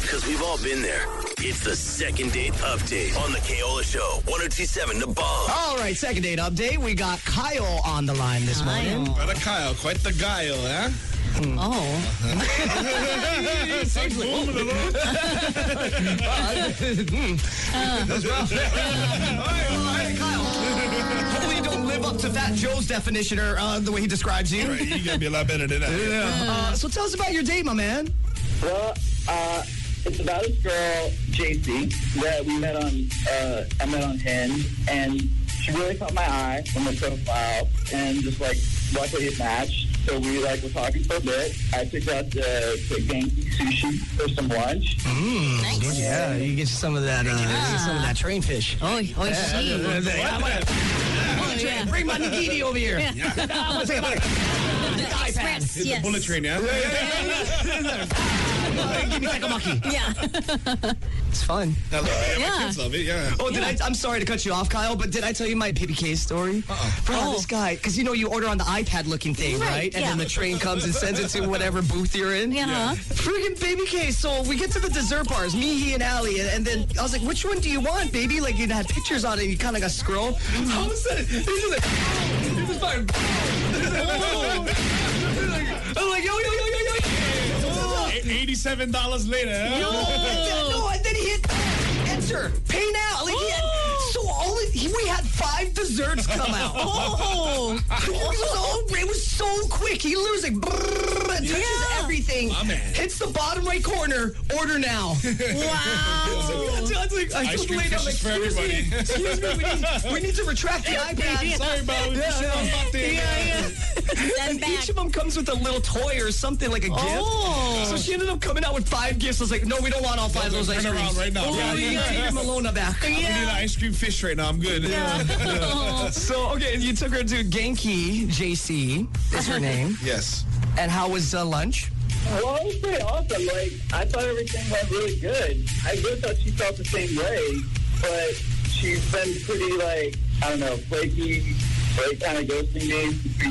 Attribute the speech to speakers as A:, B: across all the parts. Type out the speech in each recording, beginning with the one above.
A: because we've all been there. It's the second date update on the Kaola Show. 1027 The Bomb.
B: All right, second date update. We got Kyle on the line this morning.
C: Brother Kyle, quite the guile, huh?
D: Oh,
B: All right, Kyle. Hopefully you don't live up to Fat Joe's definition or uh, the way he describes you.
C: Right, you're gonna be a lot better than that.
B: Yeah. Uh, so tell us about your date, my man.
E: Well, uh, it's about this girl, JC, that we met on, uh, I met on Hinge, and she really caught my eye on my profile, and just like, luckily it matched. So we like were talking for a bit. I took her out to, to Genki Sushi for some lunch.
D: nice.
B: Yeah, you get some of that, uh, some of that train fish.
D: Oh, oh, she. Oh, yeah.
B: Bring my nigiri over here. I'm gonna take my
D: Express, yes.
C: Bullet train, yeah?
B: give me takomaki.
D: Yeah.
B: It's fun.
C: I love it. Yeah, my
D: Yeah.
C: kids love it, yeah.
B: Oh, did I, I'm sorry to cut you off, Kyle, but did I tell you my PBK story? Uh-oh. Bro,
D: Oh.
B: this guy, because you know you order on the iPad looking thing, right?
D: Right,
B: And
D: yeah.
B: then the train comes and sends it to whatever booth you're in.
D: Yeah, huh?
B: Friggin' baby K. So we get to the dessert bars, me, he, and Allie, and, and then I was like, which one do you want, baby? Like, you had pictures on it, you kind of got scroll. All of a sudden, he's just like, he's just like, I'm like, yo, yo, yo, yo, yo.
C: Eighty-seven dollars later. huh?
B: And then, no, and then he hit enter, pay now. Like, he had, so all of, he, we had five desserts come out.
D: Oh,
B: It was, all, it was so quick. He literally was like, brrrr, touches
D: Yeah.
B: everything,
C: My man.
B: hits the bottom right corner, order now.
D: wow.
B: John's like, I
C: Ice
B: just
C: cream
B: laid out like,
C: fishes for
B: excuse me,
C: everybody."
B: excuse me, we need, we need to retract the iPad.
C: Sorry, bro. We
B: Yeah,
C: just
B: yeah.
C: lost that thing.
D: Send back.
B: Each of them comes with a little toy or something like a
D: Oh.
B: gift. So she ended up coming out with five gifts. I was like, no, we don't want all five of those
C: Turn
B: ice
C: around
B: creams.
C: right now.
B: Oh,
C: Yeah,
B: we need
C: yeah.
B: to give Malona back.
C: I need an ice cream fish right now. I'm good.
D: Oh.
B: So okay, you took her to Genki JC is her name,
C: Yes.
B: and how was uh, lunch?
E: Well, it was pretty awesome. Like, I thought everything went really good. I really thought she felt the same way, but she's been pretty, like, I don't know, flaky, like, kind of ghosting me since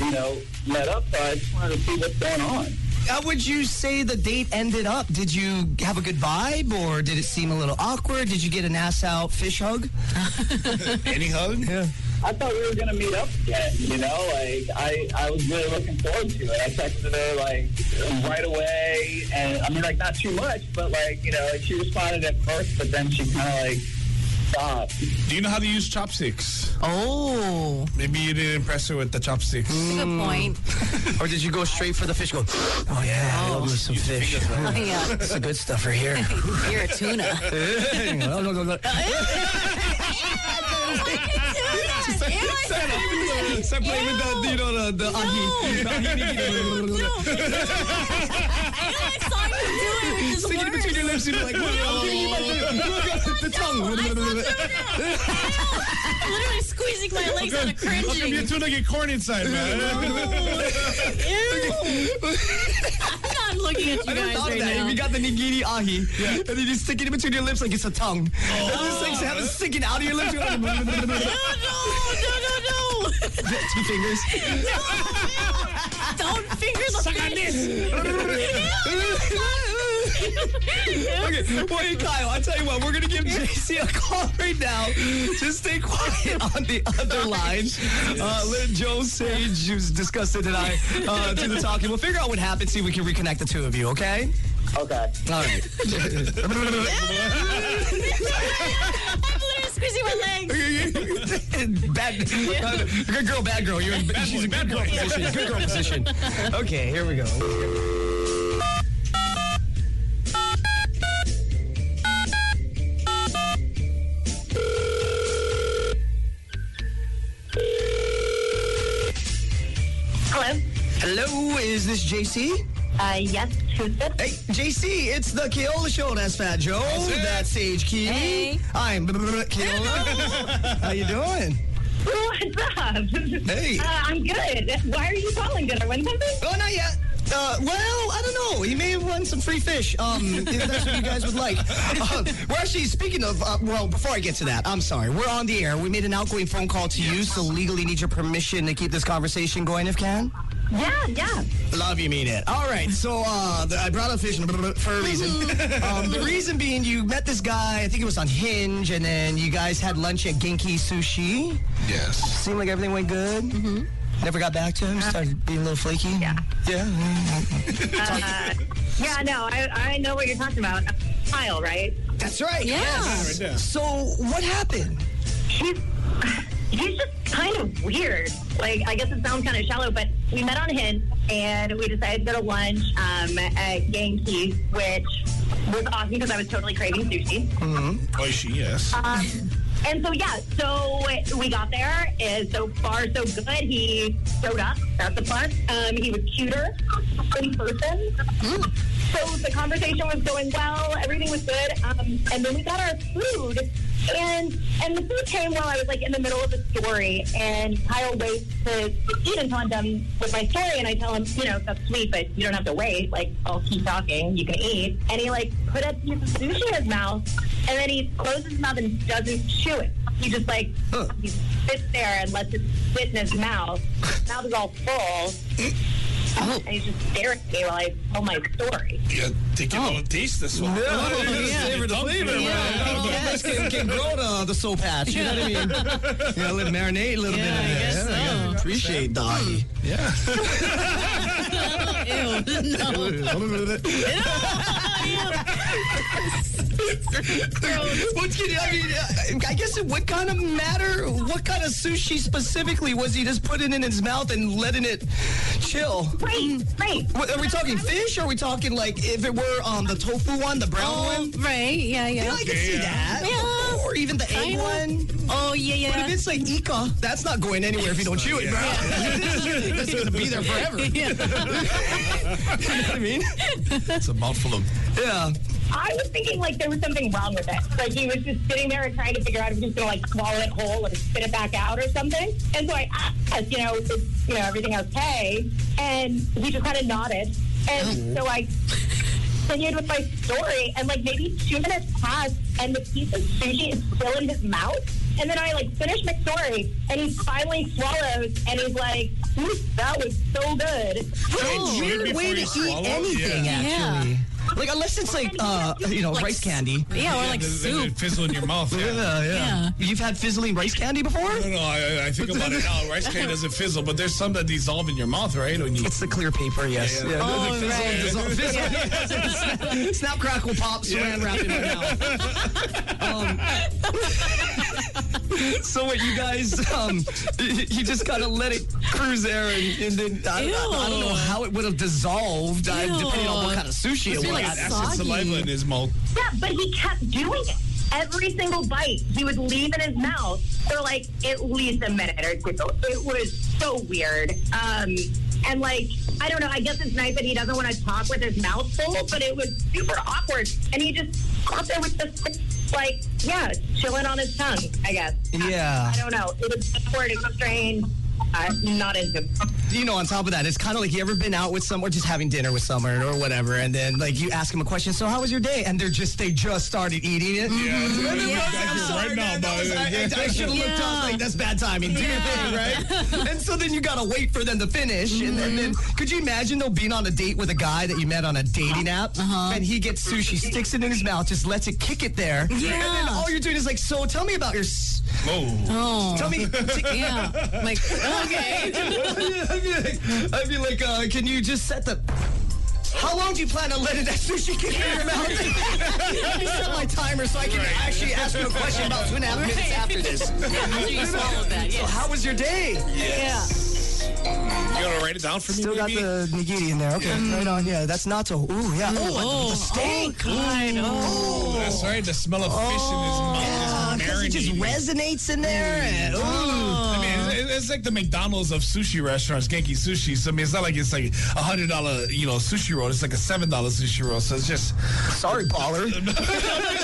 E: we, you know, met up. So I just wanted to see what's going on.
B: How would you say the date ended up? Did you have a good vibe, or did it seem a little awkward? Did you get an ass out fish hug?
C: Any hug? Yeah.
E: I thought we were going to meet up again, you know? Like, I, I was really looking forward to it. I texted her, like, right away. And, I mean, like, not too much, but, like, you know, like, she responded at first, but then she kind of, like, stopped.
C: Do you know how to use chopsticks?
D: Oh.
C: Maybe you didn't impress her with the chopsticks.
D: Good point.
B: Or did you go straight for the fish? Go, oh yeah, I love me some fish.
D: Oh, yeah.
B: It's the good stuff right here.
D: You're a tuna.
B: Stop playing with the, you know, the, the ahi. The ahi. Sticking it between your lips, you're like, well, the tongue.
D: Literally squeezing my legs out of
C: How come your
D: cringing.
C: tuna get corn inside, man?
D: I'm not looking at
B: I never
D: you guys
B: thought
D: right
B: of that.
D: now.
B: If you got the nigiri ahi, and then you stick it in between your lips like it's a tongue. And it's like, have it sticking out of your lips. You're like,
D: no, no, no, no, no.
B: two fingers.
D: Don't finger the
B: Suck on
D: okay.
B: Okay, wait, Kyle, I tell you what, we're gonna give JC a call right now. Just stay quiet on the other line. Uh, let Joe Sage, who's disgusted tonight, uh, do the talking. We'll figure out what happened, see if we can reconnect the two of you, okay?
E: Okay.
B: All right.
D: I'm literally squeezing my legs.
B: bad, uh, good girl, bad girl. You're in, she's in good girl position. Good girl position. Okay, here we go.
F: Hello.
B: Hello, is this JC?
F: Uh, yes, who's this?
B: Hey, JC, it's the Keola Show. That's Fat Joe.
C: it.
B: That's Sage Key.
D: Hey.
B: I'm Keola. How you doing?
F: What's up?
B: Hey.
F: Uh, I'm good. Why are you calling? Did I win something?
B: Oh, not yet. Uh, well, I don't know. He may have won some free fish. Um, if that's what you guys would like. Uh, we're actually speaking of. Uh, well, before I get to that, I'm sorry. We're on the air. We made an outgoing phone call to you, so legally need your permission to keep this conversation going, if can.
F: Yeah, yeah.
B: Love you, mean it. All right, so uh, the, I brought up fishing for a reason. Um, the reason being, you met this guy. I think it was on Hinge, and then you guys had lunch at Genki Sushi.
C: Yes.
B: Seemed like everything went good. Mm-hmm. Never got back to him. Started being a little flaky.
F: Yeah.
B: Yeah.
F: Uh, yeah, no, I, I know what you're talking about. Kyle, right?
B: That's right.
D: Yeah.
B: Yes.
C: Yeah.
B: So what happened?
F: He's he's just kind of weird. Like I guess it sounds kind of shallow, but we met on Hinge and we decided to go to lunch um, at Yankees, which was awesome because I was totally craving sushi.
C: Oishi, yes.
F: Um, and so yeah, so we got there, and so far so good. He showed up. That's a plus. Um, he was cuter in person. So the conversation was going well. Everything was good. Um, and then we got our food, and and the food came while I was like in the middle of a story, and Kyle waits to eat until I'm done with my story, and I tell him, you know, that's sweet, but you don't have to wait. Like I'll keep talking. You can eat. And he like put a piece of sushi in his mouth. And then he closes his mouth and doesn't chew it. He just like he sits there and lets it sit in his mouth. His mouth is all full. And he's just staring at me while I tell my story.
C: Yeah, they can all taste this one.
D: yeah.
B: Savor
C: er
B: the flavor,
D: Yeah.
B: right?
D: Yeah.
B: Let's get- get grown, uh, the soul patch. You know what I mean? Yeah, let it marinate a little
D: Yeah, I
B: bit. in there.
D: guess
B: yeah,
D: so.
B: Appreciate doggy.
C: Yeah.
D: Ew, no.
C: er
B: What's getting, I mean, uh, I guess it would kind of matter. What kind of sushi specifically was he just putting in his mouth and letting it chill?
F: Great, great.
B: What, are we talking fish? Or are we talking like if it were um, the tofu one, the brown
D: Oh,
B: one?
D: right. Yeah,
B: Yeah,
D: yeah.
B: I can see that.
D: Yeah.
B: Or even the egg
D: Kind of.
B: one.
D: Oh, yeah,
B: But if
D: yeah.
B: it's like Ika, that's not going anywhere if you don't chew it, bro. it's gonna be there forever. You
D: yeah.
B: know what I mean?
C: It's a mouthful of.
B: Yeah.
F: I was thinking like there was something wrong with it. Like he was just sitting there and trying to figure out if he was gonna like swallow it whole or spit it back out or something. And so I asked, you know, is, you know, everything okay? And he just kind of nodded. And so I continued with my story, and like maybe two minutes passed, and the piece of sushi is still in his mouth. And then I like finish my story, and he finally swallows, and he's like, "Mm, "That was so good."
C: Oh,
B: Weird way to eat anything,
C: Yeah.
B: actually. Like unless it's like uh, you know, rice candy.
D: Yeah, or like
C: Then- then
D: soup.
C: it fizzle in your mouth. Yeah.
D: Yeah.
B: You've had fizzling rice candy before?
C: No, no, I, I think about it now. Rice cake doesn't fizzle, but there's some that dissolve in your mouth, right? When you
B: It's the clear paper, yes. Yeah,
C: Yeah, yeah.
B: the-
D: Oh,
B: the fizzle,
D: right.
B: fizzle, fizzle. Snap- Snap, crackle, pop, saran wrap in my mouth. Um, so what you guys, um, y- you just kind of let it cruise there, and, and then I, I, I don't know
D: Ew.
B: how it would have dissolved, uh, depending on what kind of sushi it was.
D: Must be like
C: got
D: soggy.
C: acid saliva in his mouth.
B: Mm-hmm.
F: Yeah, but he kept doing it. Every single bite he would leave in his mouth for like at least a minute or two. It was so weird. Um, and like, I don't know, I guess it's nice that he doesn't want to talk with his mouth full, but it was super awkward. And he just got there with this, like, yeah, chilling on his tongue, I guess. I-
B: Yeah.
F: I, don't know. It was awkward. It was strange. I'm not into it.
B: you know, on top of that, it's kind of like you ever been out with someone, just having dinner with someone or whatever, and then like you ask them a question, so how was your day? And they're just they just started eating it.
C: Yeah, it's
B: And they're like, I'm sorry,
C: right now,
B: man, that
C: but
B: was- I, I, I should have looked up
D: Yeah.
B: like that's bad timing. Do your thing, right? and so then you gotta wait for them to finish, and then, then could you imagine though being on a date with a guy that you met on a dating app,
C: Uh-huh.
B: and he gets sushi, sticks it in his mouth, just lets it kick it there, and then
D: Yeah.
B: all you're doing is like, so tell me about your, s-
C: Oh,
D: Oh.
B: tell me, t-
D: Yeah. Like, okay.
B: I'd be like, I'd be like uh, can you just set the. How long do you plan on letting that sushi get in your mouth? Let me set my timer so I can actually ask you a question about two and a half minutes
D: Right.
B: after this.
D: After you swallowed that,
B: So,
D: yeah.
B: how was your day?
D: Yeah.
C: you gonna write it down for me?
B: Still got
C: maybe?
B: the nigiri in there. Okay, right on. Yeah, that's natto. Ooh, yeah. Oh, the steak.
D: God. Oh.
C: Oh, that's right. The smell of fish
B: Oh.
C: in his
B: Because
C: mouth
B: it
C: is
B: just
C: marinating.
B: resonates in there. and- ooh.
C: I mean, it's- it's like the McDonald's of sushi restaurants, Genki Sushi. So I mean, it's not like it's like a hundred dollar, you know, sushi roll. It's like a seven dollar sushi roll. So it's just.
B: Sorry, baller.
C: I'm just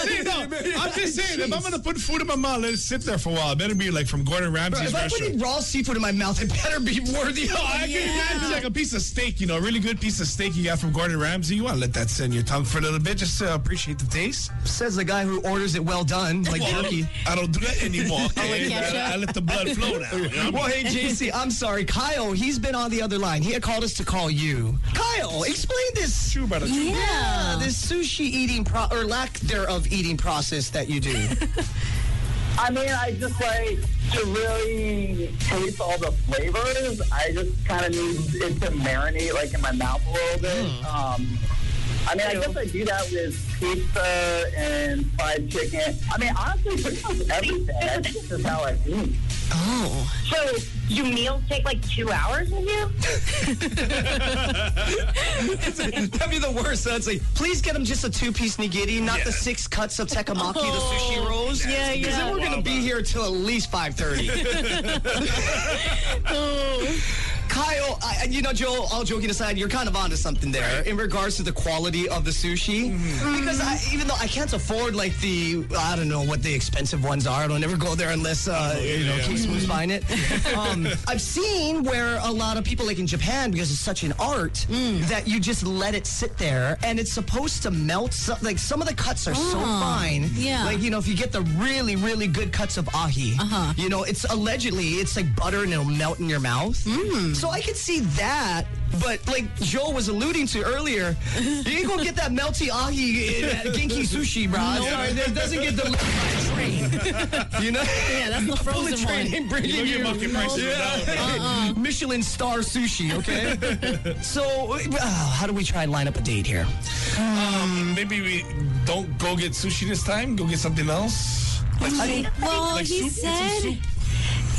C: saying, no, I'm just saying, if I'm gonna put food in my mouth, let it sit there for a while. It better be like from Gordon Ramsay's
B: If I'm
C: restaurant.
B: putting raw seafood in my mouth, it better be worthy.
C: Oh, I can imagine like a piece of steak, you know, a really good piece of steak you got from Gordon Ramsay. You want to let that sit in your tongue for a little bit just to appreciate the taste.
B: Says the guy who orders it well done, like
C: Well,
B: jerky.
C: I don't do that anymore. okay?
D: yeah, sure.
C: I, I let the blood flow now. You know what
B: Well, hey, JC, I'm sorry. Kyle, he's been on the other line. He had called us to call you. Kyle, explain this.
C: True about it.
B: Yeah, this sushi eating pro or lack thereof eating process that you do.
E: I mean, I just like to really taste all the flavors. I just kind of need it to marinate like in my mouth a little bit. Um, I mean, I guess I do that with pizza and fried chicken. I mean, honestly, pretty much everything. I think this is how I eat.
B: Oh.
F: So your meals take like two hours with you?
B: That'd be the worst. I'd say, please get him just a two piece nigiri, not the six cuts of tekamaki, the sushi rolls.
D: Yeah,
B: Because then
D: yeah.
B: we're Oh, gonna be here till at least five thirty. Kyle, I, I- you know, Joel, all joking aside, you're kind of onto something there in regards to the quality of the sushi. Because I, even though I can't afford like the, I don't know what the expensive ones are. I don't ever go there unless, uh, you know,
C: yeah.
B: King Smooth's buying it. Um, I've seen where a lot of people, like in Japan, because it's such an art,
D: Mm.
B: that you just let it sit there and it's supposed to melt. So, like some of the cuts are so fine.
D: Ah, yeah.
B: Like, you know, if you get the really, really good cuts of ahi,
D: Uh-huh.
B: you know, it's allegedly it's like butter and it'll melt in your mouth.
D: Mm.
B: So I could see that, but like Joel was alluding to earlier, you ain't gonna get that melty ahi at Genki Sushi, bro. I'm Sorry, that doesn't get delivered by train. You know,
D: Yeah, that's the
B: pull the
D: frozen
B: train
D: one.
B: and bring
C: You
B: it
C: look at
B: you.
C: market prices
B: Yeah.
C: for that one,
B: Michelin star sushi, okay? so, uh, how do we try and line up a date here?
C: bro. Maybe we don't go get sushi this time. Go get something else. Like soup.
D: Well,
C: Like
D: he
C: soup? Get some
D: said.
C: soup.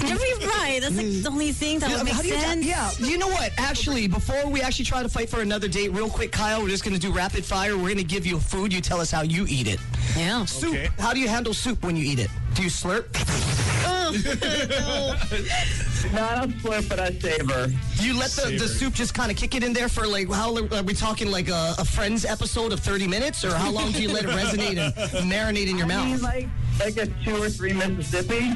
D: You're right. That's like the only thing that
B: Yeah, I
D: would
B: mean,
D: make
B: how do you-
D: sense.
B: yeah, you know what? Actually, before we actually try to fight for another date, real quick, Kyle, we're just gonna do rapid fire. We're gonna give you food. You tell us how you eat it.
D: Yeah.
B: Soup.
C: Okay.
B: How do you handle soup when you eat it? Do you slurp?
E: No, I don't slurp, but I savor.
B: Do you let the, the
C: Savor.
B: soup just kind of kick it in there for like, how lo- are we talking like a, a Friends episode of 30 minutes? Or how long do you let it resonate and marinate in your
E: I mean,
B: mouth?
E: like like a two or three Mississippi.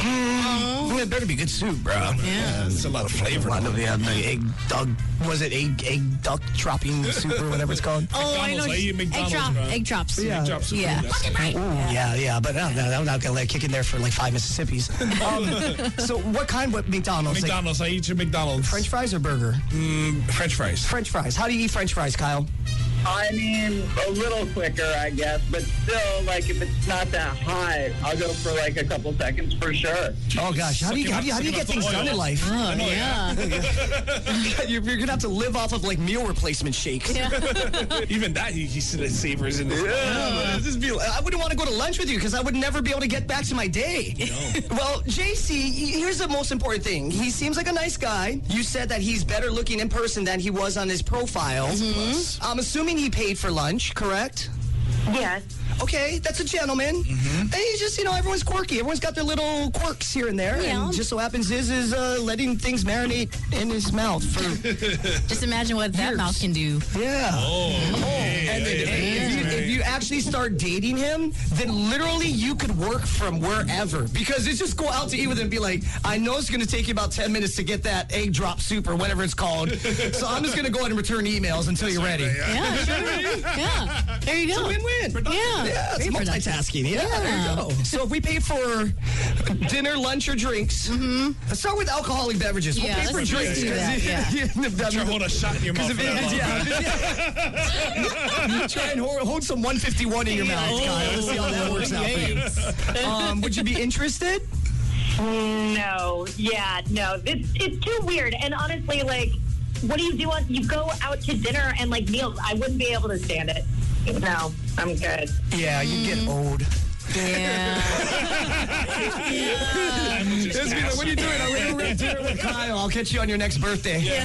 B: Well, it better be good soup, bro.
C: Yeah, it's a lot of flavor.
B: One of the, um, the egg duck, was it egg, egg duck dropping soup or whatever it's called?
D: Oh, I
C: McDonald's,
D: know.
C: I eat
D: egg
C: McDonald's,
D: drop.
C: bro.
D: Egg drops.
B: Yeah.
C: Egg drop soup.
D: Yeah.
C: That's-
B: Yeah, yeah, but I'm not, I'm not gonna let it kick in there for like five Mississippis. Um, so, what kind of McDonald's? Like
C: McDonald's. I eat your McDonald's. Mm,
B: French fries or burger?
C: French fries.
B: French fries. How do you eat French fries, Kyle?
E: I mean, a little quicker, I guess, but still, like if it's not that hot, I'll go for like a couple seconds for sure.
B: Oh gosh, how do you
C: Sucking
B: how do you,
C: up-
B: how do you
C: sucking
B: get
C: up the
B: things
C: oil.
B: done in life?
D: Oh, yeah.
B: you're, you're gonna have to live off of like meal replacement shakes.
C: Even that, he, he said it savors in this.
B: It'd just be- I wouldn't want to go to lunch with you because I would never be able to get back to my day. well, JC, here's the most important thing. He seems like a nice guy. You said that he's better looking in person than he was on his profile. Mm-hmm. I'm assuming he paid for lunch, correct?
F: Yes.
B: Okay, that's a gentleman. And he's just, you know, everyone's quirky. Everyone's got their little quirks here and there.
D: Yeah.
B: And just so happens is is uh, letting things marinate in his mouth for
D: Just imagine what that mouth can do.
B: yeah. Oh, And then if, you, if you actually start dating him, then literally you could work from wherever because it's just go out to eat with him and be like, I know it's going to take you about 10 minutes to get that egg drop soup or whatever it's called. so I'm just going to go ahead and return emails until you're ready.
D: Yeah, sure. Yeah. There you go.
B: Win win.
D: Yeah.
B: Yeah, it's
D: Very productive.
B: multitasking. Yeah, there you
D: Yeah.
B: go. So if we pay for dinner, lunch, or drinks, let's start with alcoholic beverages.
D: Mm-hmm. Yeah,
B: we'll pay for
D: let's
B: drinks.
D: do that,
B: 'cause-
D: yeah.
B: I
C: Try
B: mean,
C: to hold a shot in your mouth.
B: Because if
C: for that
B: it,
C: long.
B: yeah, yeah. try and hold, hold some 151 in your mouth, Kyle. Let's see how that works out for you. Um, would you be interested?
F: No. Yeah. No. This it's too weird. And honestly, like, what do you do on? You go out to dinner and like meals. I wouldn't be able to stand it. No, I'm good.
B: Yeah, you get old.
D: Yeah.
C: I'm just
B: what are you doing? I'm going to dinner with Kyle. I'll catch you on your next birthday.